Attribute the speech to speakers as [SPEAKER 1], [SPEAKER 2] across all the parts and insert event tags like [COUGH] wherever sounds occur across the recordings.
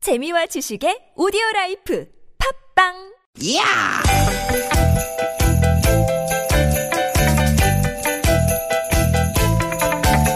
[SPEAKER 1] 재미와 지식의 오디오 라이프 팝빵
[SPEAKER 2] 야!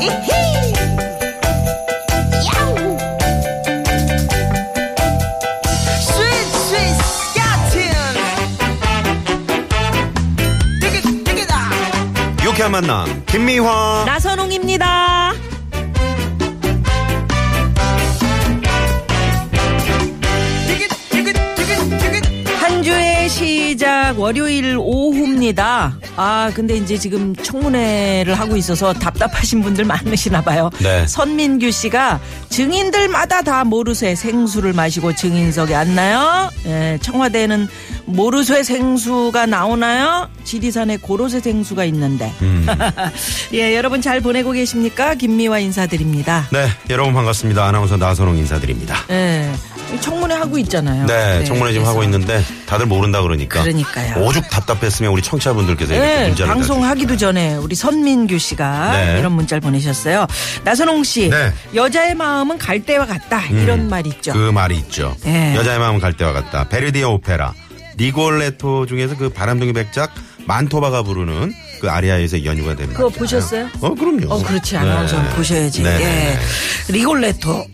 [SPEAKER 2] 이히! 야우! 스윗, 스윗, 야틴! 되게, 되게다!
[SPEAKER 3] 유쾌한 만남 김미화
[SPEAKER 4] 나선홍입니다.
[SPEAKER 2] 되게, 되게, 되게, 되게!
[SPEAKER 4] 한 주의 시작 월요일 오후입니다. 아 근데 이제 지금 청문회를 하고 있어서 답답하신 분들 많으시나 봐요.
[SPEAKER 3] 네.
[SPEAKER 4] 선민규 씨가 증인들마다 다 모르쇠 생수를 마시고 증인석에 앉나요? 예, 청와대에는 모르쇠 생수가 나오나요? 지리산에 고로쇠 생수가 있는데.
[SPEAKER 3] 음.
[SPEAKER 4] [LAUGHS] 예, 여러분 잘 보내고 계십니까? 김미화 인사드립니다.
[SPEAKER 3] 네 여러분 반갑습니다 아나운서 나선홍 인사드립니다
[SPEAKER 4] 예, 청문회 하고 있잖아요.
[SPEAKER 3] 네, 청문회 지금
[SPEAKER 4] 그래서.
[SPEAKER 3] 하고 있는데 다들 모른다 그러니까
[SPEAKER 4] 그러니까요.
[SPEAKER 3] 오죽 답답했으면 우리 청취자분들께서 예, 이렇게
[SPEAKER 4] 네,
[SPEAKER 3] 문자를
[SPEAKER 4] 방송하기도 전에 우리 선민규 씨가
[SPEAKER 3] 네.
[SPEAKER 4] 이런 문자를 보내셨어요. 나선홍 씨,
[SPEAKER 3] 네.
[SPEAKER 4] 여자의 마음은 갈대와 같다 이런 말 있죠.
[SPEAKER 3] 그 말이 있죠
[SPEAKER 4] 예.
[SPEAKER 3] 여자의 마음은 갈대와 같다 베르디의 오페라 니골레토 중에서 그 바람둥이 백작 만토바가 부르는 그 아리아에서 연유가 됩니다
[SPEAKER 4] 그거 보셨어요?
[SPEAKER 3] 어 그럼요
[SPEAKER 4] 어, 그렇지.
[SPEAKER 3] 네.
[SPEAKER 4] 아나운서 보셔야지.
[SPEAKER 3] 네, 네,
[SPEAKER 4] 예.
[SPEAKER 3] 네.
[SPEAKER 4] 리골레토.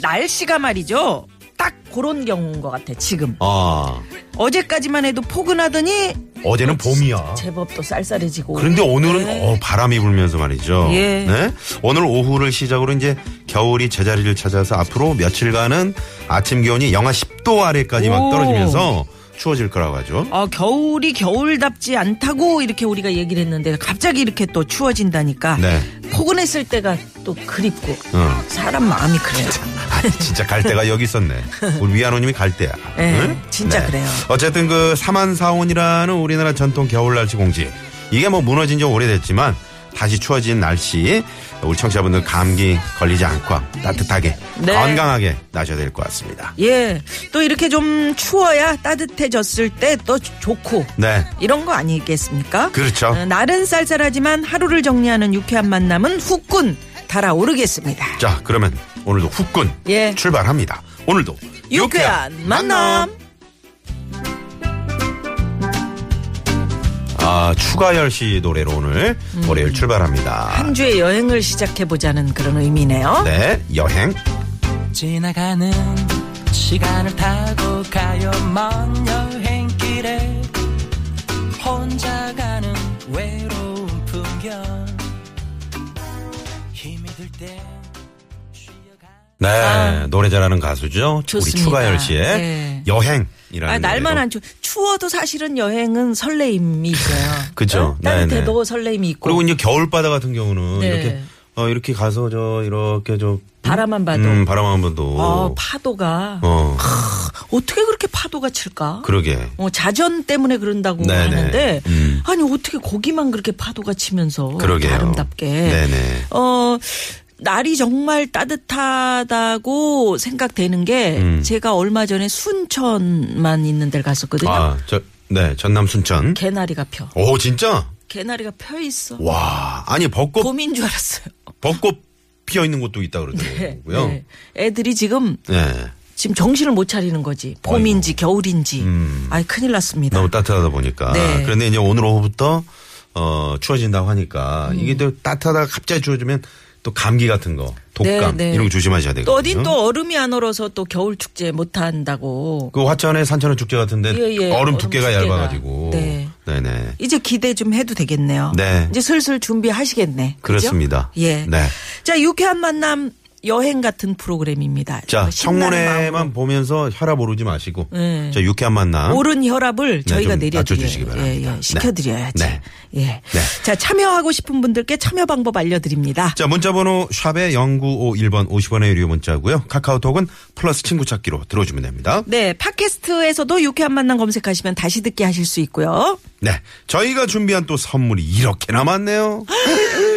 [SPEAKER 4] [CLEARS THROAT] 날씨가 말이죠. 딱 그런 경우인 것 같아, 지금.
[SPEAKER 3] 아
[SPEAKER 4] 어제까지만 해도 포근하더니
[SPEAKER 3] 어제는 봄이야
[SPEAKER 4] 제법 또 쌀쌀해지고.
[SPEAKER 3] 그런데 오늘은 어, 바람이 불면서 말이죠.
[SPEAKER 4] 네. 예.
[SPEAKER 3] 네? 오늘 오후를 시작으로 이제 겨울이 제자리를 찾아서 앞으로 며칠간은 아침 기온이 영하 10도 아래까지 막
[SPEAKER 4] 오.
[SPEAKER 3] 떨어지면서 추워질 거라고 하죠.
[SPEAKER 4] 어, 겨울이 겨울답지 않다고 이렇게 우리가 얘기를 했는데 갑자기 이렇게 또 추워진다니까
[SPEAKER 3] 네.
[SPEAKER 4] 포근했을 때가 또 그립고
[SPEAKER 3] 어.
[SPEAKER 4] 사람 마음이 그래요.
[SPEAKER 3] 아니, 진짜 갈 데가 여기 있었네. 우리 위안호님이 갈 때야. 네.
[SPEAKER 4] 예, 진짜 그래요.
[SPEAKER 3] 어쨌든 그 사만사온이라는 우리나라 전통 겨울 날씨 공지. 이게 뭐 무너진 지 오래됐지만 다시 추워진 날씨 우리 청취자분들 감기 걸리지 않고 따뜻하게
[SPEAKER 4] 네.
[SPEAKER 3] 건강하게 나셔야 될 것 같습니다.
[SPEAKER 4] [LAUGHS] 예, 또 이렇게 좀 추워야 따뜻해졌을 때 또 좋고
[SPEAKER 3] 네.
[SPEAKER 4] 이런 거 아니겠습니까?
[SPEAKER 3] 그렇죠.
[SPEAKER 4] 어, 날은 쌀쌀하지만 하루를 정리하는 유쾌한 만남은 후끈 달아오르겠습니다.
[SPEAKER 3] 자, 그러면 오늘도 후끈
[SPEAKER 4] 예.
[SPEAKER 3] 출발합니다. 오늘도
[SPEAKER 4] 유쾌한 만남.
[SPEAKER 3] 아, 추가열 씨 노래로 오늘 월요일 출발합니다.
[SPEAKER 4] 음. 한 주의 여행을 시작해 보자는 그런 의미네요.
[SPEAKER 3] 네, 여행.
[SPEAKER 5] 지나가는 시간을 타고 가요 먼 여행길에 혼자 가는 외로운 풍경 힘이 들때 쉬어가
[SPEAKER 3] 네, 노래 잘하는 가수죠.
[SPEAKER 4] 아. 좋습니다.
[SPEAKER 3] 우리 추가열 씨의
[SPEAKER 4] 네.
[SPEAKER 3] 여행이라는
[SPEAKER 4] 아, 날만
[SPEAKER 3] 노래로.
[SPEAKER 4] 안 추. 추워도 사실은 여행은 설레임이 있어요.
[SPEAKER 3] [LAUGHS] 그죠.
[SPEAKER 4] 어?
[SPEAKER 3] 네,
[SPEAKER 4] 따뜻해도 설레임이 있고.
[SPEAKER 3] 그리고 이제 겨울바다 같은 경우는
[SPEAKER 4] 네.
[SPEAKER 3] 이렇게 어, 이렇게 가서 저 이렇게 저
[SPEAKER 4] 바라만 봐도.
[SPEAKER 3] 음, 바라만 봐도
[SPEAKER 4] 어, 파도가
[SPEAKER 3] 어,
[SPEAKER 4] 어떻게 그렇게 파도가 칠까?
[SPEAKER 3] 그러게.
[SPEAKER 4] 어, 자전 때문에 그런다고
[SPEAKER 3] 네네.
[SPEAKER 4] 하는데
[SPEAKER 3] 음.
[SPEAKER 4] 아니 어떻게 거기만 그렇게 파도가 치면서
[SPEAKER 3] 그러게요.
[SPEAKER 4] 아름답게
[SPEAKER 3] 네네.
[SPEAKER 4] 어 날이 정말 따뜻하다고 생각되는 게
[SPEAKER 3] 음.
[SPEAKER 4] 제가 얼마 전에 순천만 있는 데를 갔었거든요.
[SPEAKER 3] 아, 저 네, 전남 순천.
[SPEAKER 4] 개나리가 펴.
[SPEAKER 3] 오, 진짜?
[SPEAKER 4] 개나리가 펴 있어.
[SPEAKER 3] 와, 아니 벚꽃
[SPEAKER 4] 봄인 줄 알았어요.
[SPEAKER 3] 벚꽃 피어 있는 곳도 있다
[SPEAKER 4] 네.
[SPEAKER 3] 아, 그러더라고요. 네.
[SPEAKER 4] 네. 애들이 지금 지금 정신을 못 차리는 거지. 봄인지 겨울인지. 아이 큰일 났습니다.
[SPEAKER 3] 음. 너무 따뜻하다 보니까.
[SPEAKER 4] 네.
[SPEAKER 3] 그런데 이제 오늘 오후부터 어, 추워진다고 하니까
[SPEAKER 4] 음.
[SPEAKER 3] 이게 또 따뜻하다가 갑자기 추워지면 또 감기 같은 거, 독감
[SPEAKER 4] 네, 네.
[SPEAKER 3] 이런 거 조심하셔야 되거든요.
[SPEAKER 4] 또 어딘 또 얼음이 안 얼어서 또 겨울 축제 못 한다고.
[SPEAKER 3] 그 화천의 산천의 축제 같은데
[SPEAKER 4] 예, 예.
[SPEAKER 3] 얼음
[SPEAKER 4] 얼음
[SPEAKER 3] 두께가
[SPEAKER 4] 두께가.
[SPEAKER 3] 얇아가지고.
[SPEAKER 4] 네.
[SPEAKER 3] 네
[SPEAKER 4] 이제 기대 좀 해도 되겠네요.
[SPEAKER 3] 네.
[SPEAKER 4] 이제 슬슬 준비하시겠네. 그죠?
[SPEAKER 3] 그렇습니다.
[SPEAKER 4] 예.
[SPEAKER 3] 네.
[SPEAKER 4] 자, 유쾌한 만남 여행 같은 프로그램입니다. 뭐
[SPEAKER 3] 자,
[SPEAKER 4] 신나는 마음으로
[SPEAKER 3] 청문회만 보면서 혈압 오르지 마시고.
[SPEAKER 4] 네.
[SPEAKER 3] 자, 유쾌한 만남.
[SPEAKER 4] 오른 혈압을
[SPEAKER 3] 음? 네,
[SPEAKER 4] 저희가
[SPEAKER 3] 좀 낮춰주시기
[SPEAKER 4] 내려드려요. 예,
[SPEAKER 3] 바랍니다.
[SPEAKER 4] 예. 시켜드려야지.
[SPEAKER 3] 네.
[SPEAKER 4] 예. 자, 참여하고 싶은 분들께 참여 방법 알려드립니다.
[SPEAKER 3] 자, 문자번호 샵에 0951번 50원의 유료 문자고요. 카카오톡은 플러스 친구 찾기로 들어주면 됩니다.
[SPEAKER 4] 네, 팟캐스트에서도 유쾌한 만남 검색하시면 다시 듣게 하실 수 있고요.
[SPEAKER 3] 네. 저희가 준비한 또 선물이 이렇게 남았네요. [GASPS]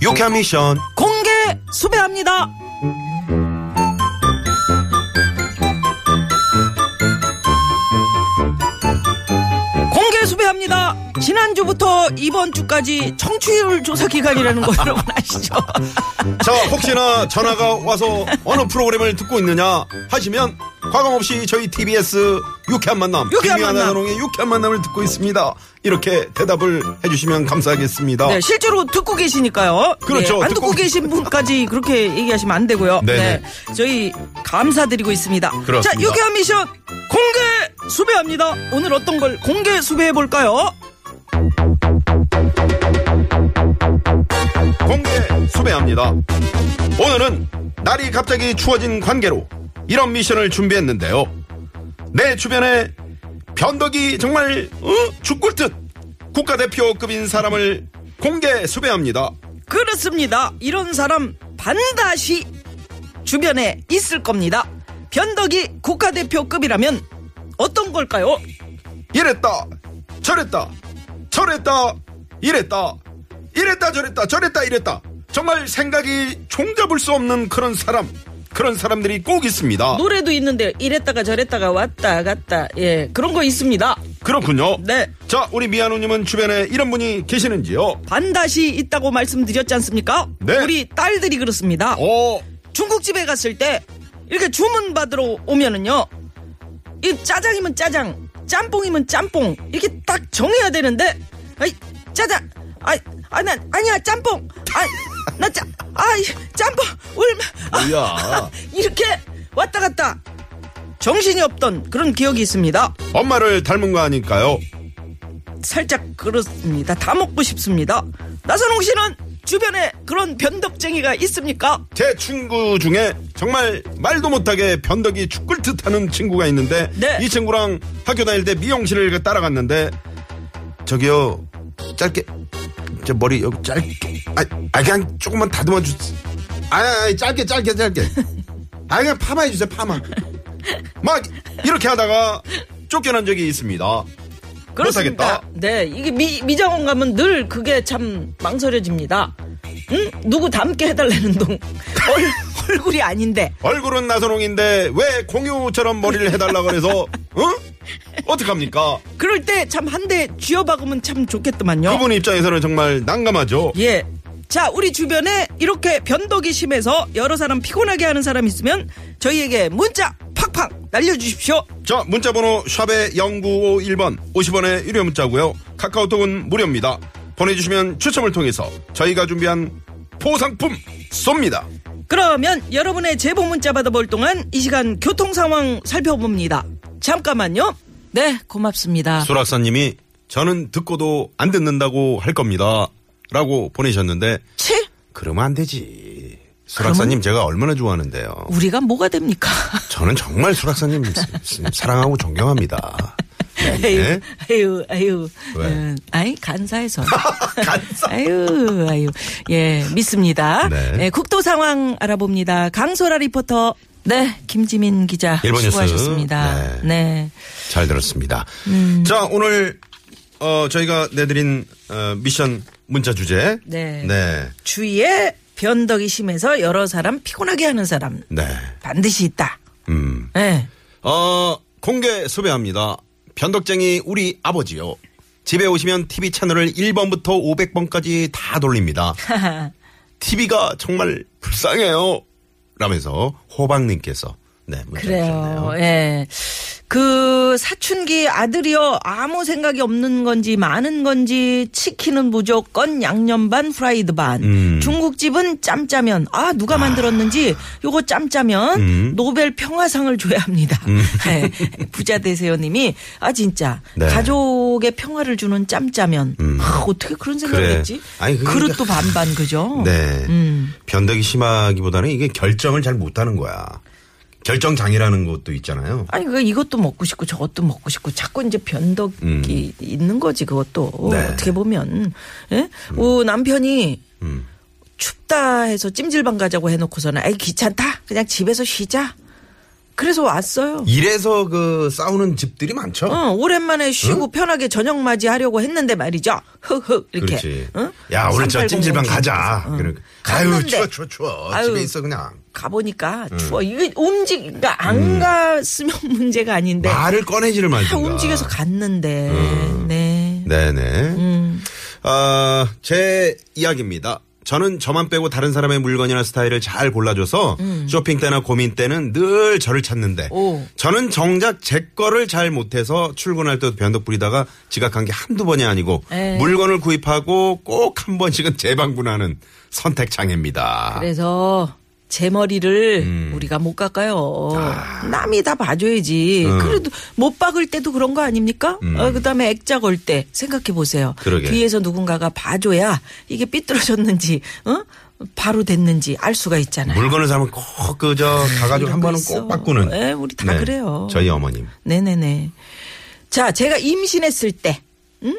[SPEAKER 3] 유쾌한 미션.
[SPEAKER 4] 공개 수배합니다. 공개 수배합니다. 지난주부터 이번 주까지 청취율 조사 기간이라는
[SPEAKER 3] [LAUGHS]
[SPEAKER 4] 거 여러분 아시죠?
[SPEAKER 3] 자, 혹시나 전화가 와서 어느 프로그램을 듣고 있느냐 하시면 과감없이 저희 TBS 유쾌한 만남,
[SPEAKER 4] 유쾌한
[SPEAKER 3] 김미아
[SPEAKER 4] 만남.
[SPEAKER 3] 나선홍의 유쾌한 만남을 듣고 있습니다. 이렇게 대답을 해주시면 감사하겠습니다.
[SPEAKER 4] 네, 실제로 듣고 계시니까요.
[SPEAKER 3] 어. 그렇죠.
[SPEAKER 4] 네, 안 듣고
[SPEAKER 3] 듣고
[SPEAKER 4] 계신 분까지 그렇게 얘기하시면 안 되고요.
[SPEAKER 3] 네네.
[SPEAKER 4] 저희 감사드리고 있습니다.
[SPEAKER 3] 그렇습니다.
[SPEAKER 4] 자, 유쾌한 미션 공개 수배합니다. 오늘 어떤 걸 공개 수배해 볼까요?
[SPEAKER 3] 공개 수배합니다. 오늘은 날이 갑자기 추워진 관계로 이런 미션을 준비했는데요. 내 주변에 변덕이 정말 어? 죽을 듯 국가대표급인 사람을 공개 수배합니다.
[SPEAKER 4] 그렇습니다. 이런 사람 반드시 주변에 있을 겁니다. 변덕이 국가대표급이라면 어떤 걸까요?
[SPEAKER 3] 이랬다 저랬다 저랬다 이랬다 이랬다 저랬다 저랬다 이랬다 정말 생각이 총잡을 수 없는 그런 사람 그런 사람들이 꼭 있습니다
[SPEAKER 4] 노래도 있는데 이랬다가 저랬다가 왔다 갔다 예 그런 거 있습니다.
[SPEAKER 3] 그렇군요
[SPEAKER 4] 네.
[SPEAKER 3] 자 우리 미아노님은 주변에 이런 분이 계시는지요
[SPEAKER 4] 반다시 있다고 말씀드렸지 않습니까?
[SPEAKER 3] 네.
[SPEAKER 4] 우리 딸들이 그렇습니다.
[SPEAKER 3] 어
[SPEAKER 4] 중국집에 갔을 때 이렇게 주문 받으러 오면은요. 이 짜장이면 짜장, 짬뽕이면 짬뽕 이렇게 딱 정해야 되는데 아이 짜장 아이 아나 아니야 짬뽕 아나짜 아이 짬뽕 얼마 아,
[SPEAKER 3] 뭐야
[SPEAKER 4] [LAUGHS] 이렇게 왔다 갔다 정신이 없던 그런 기억이 있습니다.
[SPEAKER 3] 엄마를 닮은 거 아닐까요
[SPEAKER 4] 살짝 그렇습니다. 다 먹고 싶습니다. 나선홍 씨는 주변에 그런 변덕쟁이가 있습니까?
[SPEAKER 3] 제 친구 중에 정말 말도 못하게 변덕이 죽을 듯하는 친구가 있는데
[SPEAKER 4] 네.
[SPEAKER 3] 이 친구랑 학교 다닐 때 미용실을 그 따라갔는데 저기요 짧게 저 머리 여기 짧게 아, 아 그냥 조금만 다듬어 주세요 아, 아 짧게 짧게 짧게 아 그냥 파마 해주세요 파마 막 이렇게 하다가 쫓겨난 적이 있습니다
[SPEAKER 4] 그렇습니다.
[SPEAKER 3] 못하겠다.
[SPEAKER 4] 네, 이게 미, 미장원 가면 늘 그게 참 망설여집니다. 응? 누구 닮게 해달라는 동 [LAUGHS] 얼, 얼굴이 아닌데
[SPEAKER 3] 얼굴은 나선홍인데 왜 공유처럼 머리를 해달라 그래서 응? 어떡합니까
[SPEAKER 4] 그럴 때 참 한 대 쥐어박으면 참 좋겠더만요.
[SPEAKER 3] 그분 입장에서는 정말 난감하죠
[SPEAKER 4] 예. 자, 우리 주변에 이렇게 변덕이 심해서 여러 사람 피곤하게 하는 사람 있으면 저희에게 문자 팍팍 날려주십시오.
[SPEAKER 3] 자 문자번호 샵의 0951번 50원의 유료 문자고요 카카오톡은 무료입니다 보내주시면 추첨을 통해서 저희가 준비한 포상품 쏩니다
[SPEAKER 4] 그러면 여러분의 제보 문자 받아볼 동안 이 시간 교통 상황 살펴봅니다. 잠깐만요. 네, 고맙습니다.
[SPEAKER 3] 수락사님이 저는 듣고도 안 듣는다고 할 겁니다 라고 보내셨는데
[SPEAKER 4] 치?
[SPEAKER 3] 그러면 안 되지 수락사님 제가 얼마나 좋아하는데요
[SPEAKER 4] 우리가 뭐가 됩니까? [LAUGHS]
[SPEAKER 3] 저는 정말 수락사님 사랑하고 존경합니다 네,
[SPEAKER 4] 에휴, 에휴, 에휴.
[SPEAKER 3] 왜?
[SPEAKER 4] 음, 아이,
[SPEAKER 3] [LAUGHS]
[SPEAKER 4] 간사해서.
[SPEAKER 3] 간사.
[SPEAKER 4] 아유, 아유. 예, 믿습니다.
[SPEAKER 3] 네.
[SPEAKER 4] 네, 국도 상황 알아봅니다. 강소라 리포터. 네, 김지민 기자.
[SPEAKER 3] 일본 뉴스.
[SPEAKER 4] 수고하셨습니다.
[SPEAKER 3] 네.
[SPEAKER 4] 네.
[SPEAKER 3] 잘 들었습니다. 자, 오늘 어, 저희가 내드린 어, 미션 문자 주제.
[SPEAKER 4] 네.
[SPEAKER 3] 네.
[SPEAKER 4] 주위에 변덕이 심해서 여러 사람 피곤하게 하는 사람
[SPEAKER 3] 네.
[SPEAKER 4] 반드시 있다.
[SPEAKER 3] 음.
[SPEAKER 4] [LAUGHS] 네.
[SPEAKER 3] 어, 공개 수배합니다. 변덕쟁이 우리 아버지요. 집에 오시면 TV 채널을 1번부터 500번까지 다 돌립니다. TV가 정말 불쌍해요. 라면서 호박님께서 네, 문자 주셨네요.
[SPEAKER 4] 그래요. 예. 그 사춘기 아들이요 아무 생각이 없는 건지 많은 건지 치킨은 무조건 양념 반 프라이드 반
[SPEAKER 3] 음.
[SPEAKER 4] 중국집은 짬짜면 아 누가 만들었는지 요거 짬짜면
[SPEAKER 3] 음.
[SPEAKER 4] 노벨 평화상을 줘야 합니다 [LAUGHS] 예. 부자 되세요님이 아 진짜
[SPEAKER 3] 네. 음.
[SPEAKER 4] 가족의 평화를 주는 짬짜면 아, 어떻게 그런 생각을
[SPEAKER 3] 그래.
[SPEAKER 4] 했지
[SPEAKER 3] 아니, 그러니까-
[SPEAKER 4] 그릇도 반반 그죠
[SPEAKER 3] 네.
[SPEAKER 4] 음.
[SPEAKER 3] 변덕이 심하기보다는 이게 결정을 잘 못하는 거야. 결정장애라는 것도 있잖아요.
[SPEAKER 4] 아니 그 이것도 먹고 싶고 저것도 먹고 싶고 자꾸 이제 변덕이 있는 거지 그것도
[SPEAKER 3] 음. 네. 음.
[SPEAKER 4] 어떻게 보면 예? 오, 남편이 춥다 해서 찜질방 가자고 해놓고서는 아이 귀찮다 그냥 집에서 쉬자 그래서 왔어요.
[SPEAKER 3] 이래서 그 싸우는 집들이 많죠.
[SPEAKER 4] 어, 오랜만에 쉬고 편하게 저녁 맞이하려고 했는데 말이죠. 흑흑 이렇게. 어?
[SPEAKER 3] 그렇지.
[SPEAKER 4] 응?
[SPEAKER 3] 야, 오늘 저
[SPEAKER 4] 3800
[SPEAKER 3] 찜질방 가자.
[SPEAKER 4] 응.
[SPEAKER 3] 그러니까. 아유,
[SPEAKER 4] 어. 갔는데
[SPEAKER 3] 추워, 추워, 추워.
[SPEAKER 4] 아유.
[SPEAKER 3] 집에 있어, 그냥.
[SPEAKER 4] 가보니까 추워. 이게 움직, 그러니까 안 갔으면 [LAUGHS] 문제가 아닌데.
[SPEAKER 3] 말을 꺼내지를 말든가. 음.
[SPEAKER 4] 다 움직여서 갔는데, 네.
[SPEAKER 3] 네네.
[SPEAKER 4] 음.
[SPEAKER 3] 아, 제 이야기입니다. 저는 저만 빼고 다른 사람의 물건이나 스타일을 잘 골라줘서 쇼핑 때나 고민 때는 늘 저를 찾는데
[SPEAKER 4] 음. 오.
[SPEAKER 3] 저는 정작 제 거를 잘 못해서 출근할 때도 변덕 부리다가 지각한 게 한두 번이 아니고
[SPEAKER 4] 에이.
[SPEAKER 3] 물건을 구입하고 꼭 한 번씩은 재방문하는 선택장애입니다.
[SPEAKER 4] 그래서 제 머리를
[SPEAKER 3] 음.
[SPEAKER 4] 우리가 못 깎아요. 남이 다 봐줘야지.
[SPEAKER 3] 음.
[SPEAKER 4] 그래도 못 박을 때도 그런 거 아닙니까? 어, 그다음에 액자 걸 때 생각해 보세요.
[SPEAKER 3] 그러게.
[SPEAKER 4] 뒤에서 누군가가 봐줘야 이게 삐뚤어졌는지, 어? 바로 됐는지 알 수가 있잖아요.
[SPEAKER 3] 물건을 사면 꼭 그저 가가지고
[SPEAKER 4] 이런
[SPEAKER 3] 한
[SPEAKER 4] 거
[SPEAKER 3] 번은
[SPEAKER 4] 아, 있어.
[SPEAKER 3] 꼭 바꾸는. 네.
[SPEAKER 4] 에, 우리 다 그래요.
[SPEAKER 3] 저희 어머님.
[SPEAKER 4] 네네네. 자, 제가 임신했을 때, 응?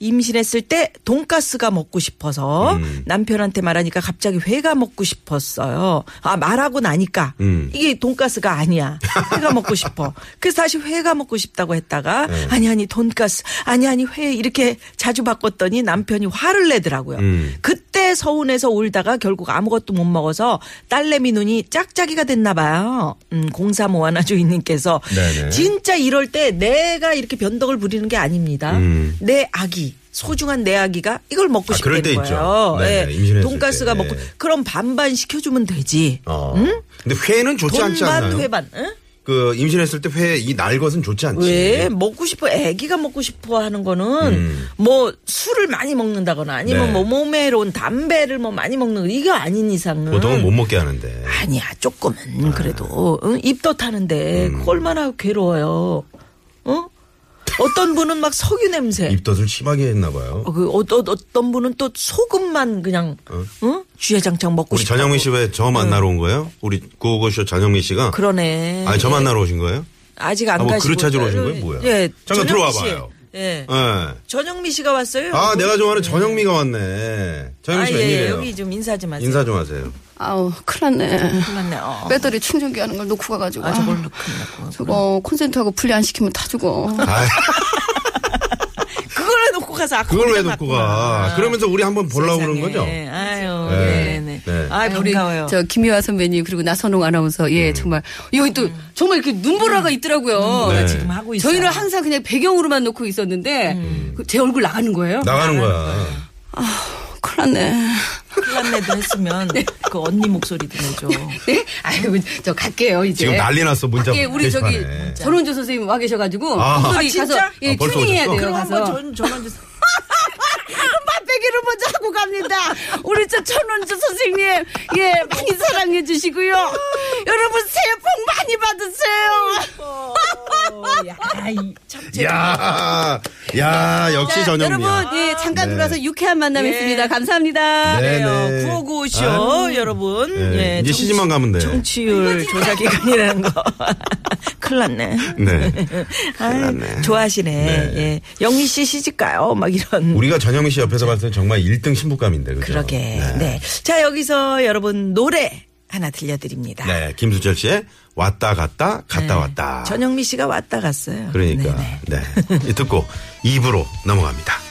[SPEAKER 4] 임신했을 때 돈가스가 먹고 싶어서
[SPEAKER 3] 음.
[SPEAKER 4] 남편한테 말하니까 갑자기 회가 먹고 싶었어요. 아, 말하고 나니까
[SPEAKER 3] 음.
[SPEAKER 4] 이게 돈가스가 아니야. 회가 먹고 싶어. 그래서 다시 회가 먹고 싶다고 했다가
[SPEAKER 3] 네.
[SPEAKER 4] 아니 아니 돈가스 아니 아니 회 이렇게 자주 바꿨더니 남편이 화를 내더라고요.
[SPEAKER 3] 음.
[SPEAKER 4] 그때 서운해서 울다가 결국 아무것도 못 먹어서 딸내미 눈이 짝짝이가 됐나 봐요. 음, 0351 하나 주인님께서
[SPEAKER 3] 네네.
[SPEAKER 4] 진짜 이럴 때 내가 이렇게 변덕을 부리는 게 아닙니다.
[SPEAKER 3] 음.
[SPEAKER 4] 내 아기 소중한 내 아기가 이걸 먹고
[SPEAKER 3] 아, 그럴
[SPEAKER 4] 싶다는
[SPEAKER 3] 때
[SPEAKER 4] 거예요.
[SPEAKER 3] 있죠. 네네, 임신했을
[SPEAKER 4] 돈가스가
[SPEAKER 3] 때.
[SPEAKER 4] 먹고 그럼 반반 시켜주면 되지.
[SPEAKER 3] 어. 근데 회는 좋지 않지 않나요?
[SPEAKER 4] 돈반 회반. 응?
[SPEAKER 3] 그 임신했을 때 회 이 날 것은 좋지 않지.
[SPEAKER 4] 왜 먹고 싶어 아기가 먹고 싶어 하는 거는 뭐 술을 많이 먹는다거나 아니면
[SPEAKER 3] 음. 네.
[SPEAKER 4] 뭐 몸에 해로운 담배를 뭐 많이 먹는 거 이게 아닌 이상은
[SPEAKER 3] 보통은 못 먹게 하는데.
[SPEAKER 4] 아니야 조금은 그래도 응? 입도 타는데
[SPEAKER 3] 음.
[SPEAKER 4] 그거 얼마나 괴로워요. 어? 어떤 분은 막 석유 냄새.
[SPEAKER 3] 입덧을 심하게 했나 봐요.
[SPEAKER 4] 어, 그 어떤 어떤 분은 또 소금만 그냥 응? 주야장창 먹고
[SPEAKER 3] 우리
[SPEAKER 4] 싶어.
[SPEAKER 3] 전영미 씨 왜 저 만나러 온 거예요? 우리 구호고쇼 전영미 씨가
[SPEAKER 4] 그러네.
[SPEAKER 3] 아니 저 만나러 오신 거예요?
[SPEAKER 4] 아직 안
[SPEAKER 3] 아, 뭐
[SPEAKER 4] 가시고.
[SPEAKER 3] 그릇 찾으러 오신 거예요? 뭐야?
[SPEAKER 4] 예.
[SPEAKER 3] 잠깐
[SPEAKER 4] 전영미
[SPEAKER 3] 들어와
[SPEAKER 4] 씨.
[SPEAKER 3] 봐요.
[SPEAKER 4] 예.
[SPEAKER 3] 예.
[SPEAKER 4] 전영미 씨가 왔어요.
[SPEAKER 3] 아 내가 좋아하는 전영미가 왔네.
[SPEAKER 4] 아,
[SPEAKER 3] 전영미 씨
[SPEAKER 4] 예, 예,
[SPEAKER 3] 웬일이에요?
[SPEAKER 4] 여기 좀 인사 좀 하세요.
[SPEAKER 3] 인사 좀 하세요.
[SPEAKER 6] 아우 큰일 났네
[SPEAKER 4] 났네. 어.
[SPEAKER 6] 배터리 충전기 하는 걸 놓고 가가지고
[SPEAKER 4] 아, 저걸로
[SPEAKER 6] 아,
[SPEAKER 4] 큰일 났고.
[SPEAKER 6] 저거 콘센트하고 분리 안 시키면 다 죽어
[SPEAKER 3] 아,
[SPEAKER 4] 그걸 왜 놓고 가서 아까
[SPEAKER 3] 그걸 왜
[SPEAKER 4] 우리가
[SPEAKER 3] 놓고
[SPEAKER 4] 봤구나.
[SPEAKER 3] 가? 그러면서 우리 한번 보려고 그런
[SPEAKER 4] 세상에.
[SPEAKER 3] 거죠?
[SPEAKER 4] 아유,
[SPEAKER 3] 네.
[SPEAKER 4] 네, 네.
[SPEAKER 3] 네.
[SPEAKER 4] 아, 반가워요.
[SPEAKER 6] 저 김희화 선배님 그리고 나선홍 아나운서
[SPEAKER 3] 음.
[SPEAKER 6] 예 정말 여기 또
[SPEAKER 4] 음.
[SPEAKER 6] 정말 이렇게 눈보라가 있더라고요
[SPEAKER 3] 네.
[SPEAKER 4] 지금 하고 있어요.
[SPEAKER 6] 저희는 항상 그냥 배경으로만 놓고 있었는데
[SPEAKER 4] 음.
[SPEAKER 6] 그제 얼굴 나가는 거예요
[SPEAKER 3] 나가는 거야.
[SPEAKER 6] 큰일 났네 [LAUGHS]
[SPEAKER 4] 플란네도 했으면 그 언니 목소리도 내줘.
[SPEAKER 6] 네? 아유 저 갈게요 이제
[SPEAKER 3] 지금 난리 났어
[SPEAKER 4] 아,
[SPEAKER 3] 문자
[SPEAKER 6] 예, 우리 저기
[SPEAKER 3] 게시판에.
[SPEAKER 6] 전원주 선생님 와 계셔가지고
[SPEAKER 3] 아.
[SPEAKER 6] 목소리
[SPEAKER 3] 아,
[SPEAKER 4] 진짜?
[SPEAKER 6] 가서 예,
[SPEAKER 3] 아, 벌써
[SPEAKER 6] 튜닝해야
[SPEAKER 3] 오셨어?
[SPEAKER 6] 돼요
[SPEAKER 4] 그럼
[SPEAKER 6] 가서
[SPEAKER 4] 한번 전
[SPEAKER 6] [LAUGHS]
[SPEAKER 4] 전원 주세요.
[SPEAKER 6] 맛배기를 먼저 하고 갑니다. 우리 저 천원주 선생님, 예, 많이 사랑해 주시고요. 여러분, 새해 복 많이 받으세요.
[SPEAKER 4] 어, 야, 이 참.
[SPEAKER 3] 야, 야 역시 전영미.
[SPEAKER 6] 여러분, 예, 잠깐 들어와서 유쾌한 만남했습니다. 감사합니다.
[SPEAKER 3] 네네.
[SPEAKER 4] 예, 구호구쇼
[SPEAKER 3] 아유.
[SPEAKER 4] 여러분.
[SPEAKER 3] 네,
[SPEAKER 4] 예,
[SPEAKER 3] 이제
[SPEAKER 4] 청취-
[SPEAKER 3] 시집만 가면 돼.
[SPEAKER 4] 청취율 조사 기간이라는 거. [LAUGHS] 큰일 났네. [LAUGHS]
[SPEAKER 3] 네.
[SPEAKER 4] 아유,
[SPEAKER 3] 났네.
[SPEAKER 4] 좋아하시네. 예. 영희 씨 시집 가요. 막 이런.
[SPEAKER 3] 우리가 전영미 씨 옆에서 봤을 때 정말 1등 신부감인데 그죠?
[SPEAKER 4] 그러게. 네. 자, 여기서 여러분 노래 하나 들려드립니다.
[SPEAKER 3] 네, 김수철 씨의 왔다 갔다 갔다 왔다.
[SPEAKER 4] 전영미 씨가 왔다 갔어요.
[SPEAKER 3] 그러니까
[SPEAKER 4] 네. 네네.
[SPEAKER 3] 네 듣고 입으로 넘어갑니다.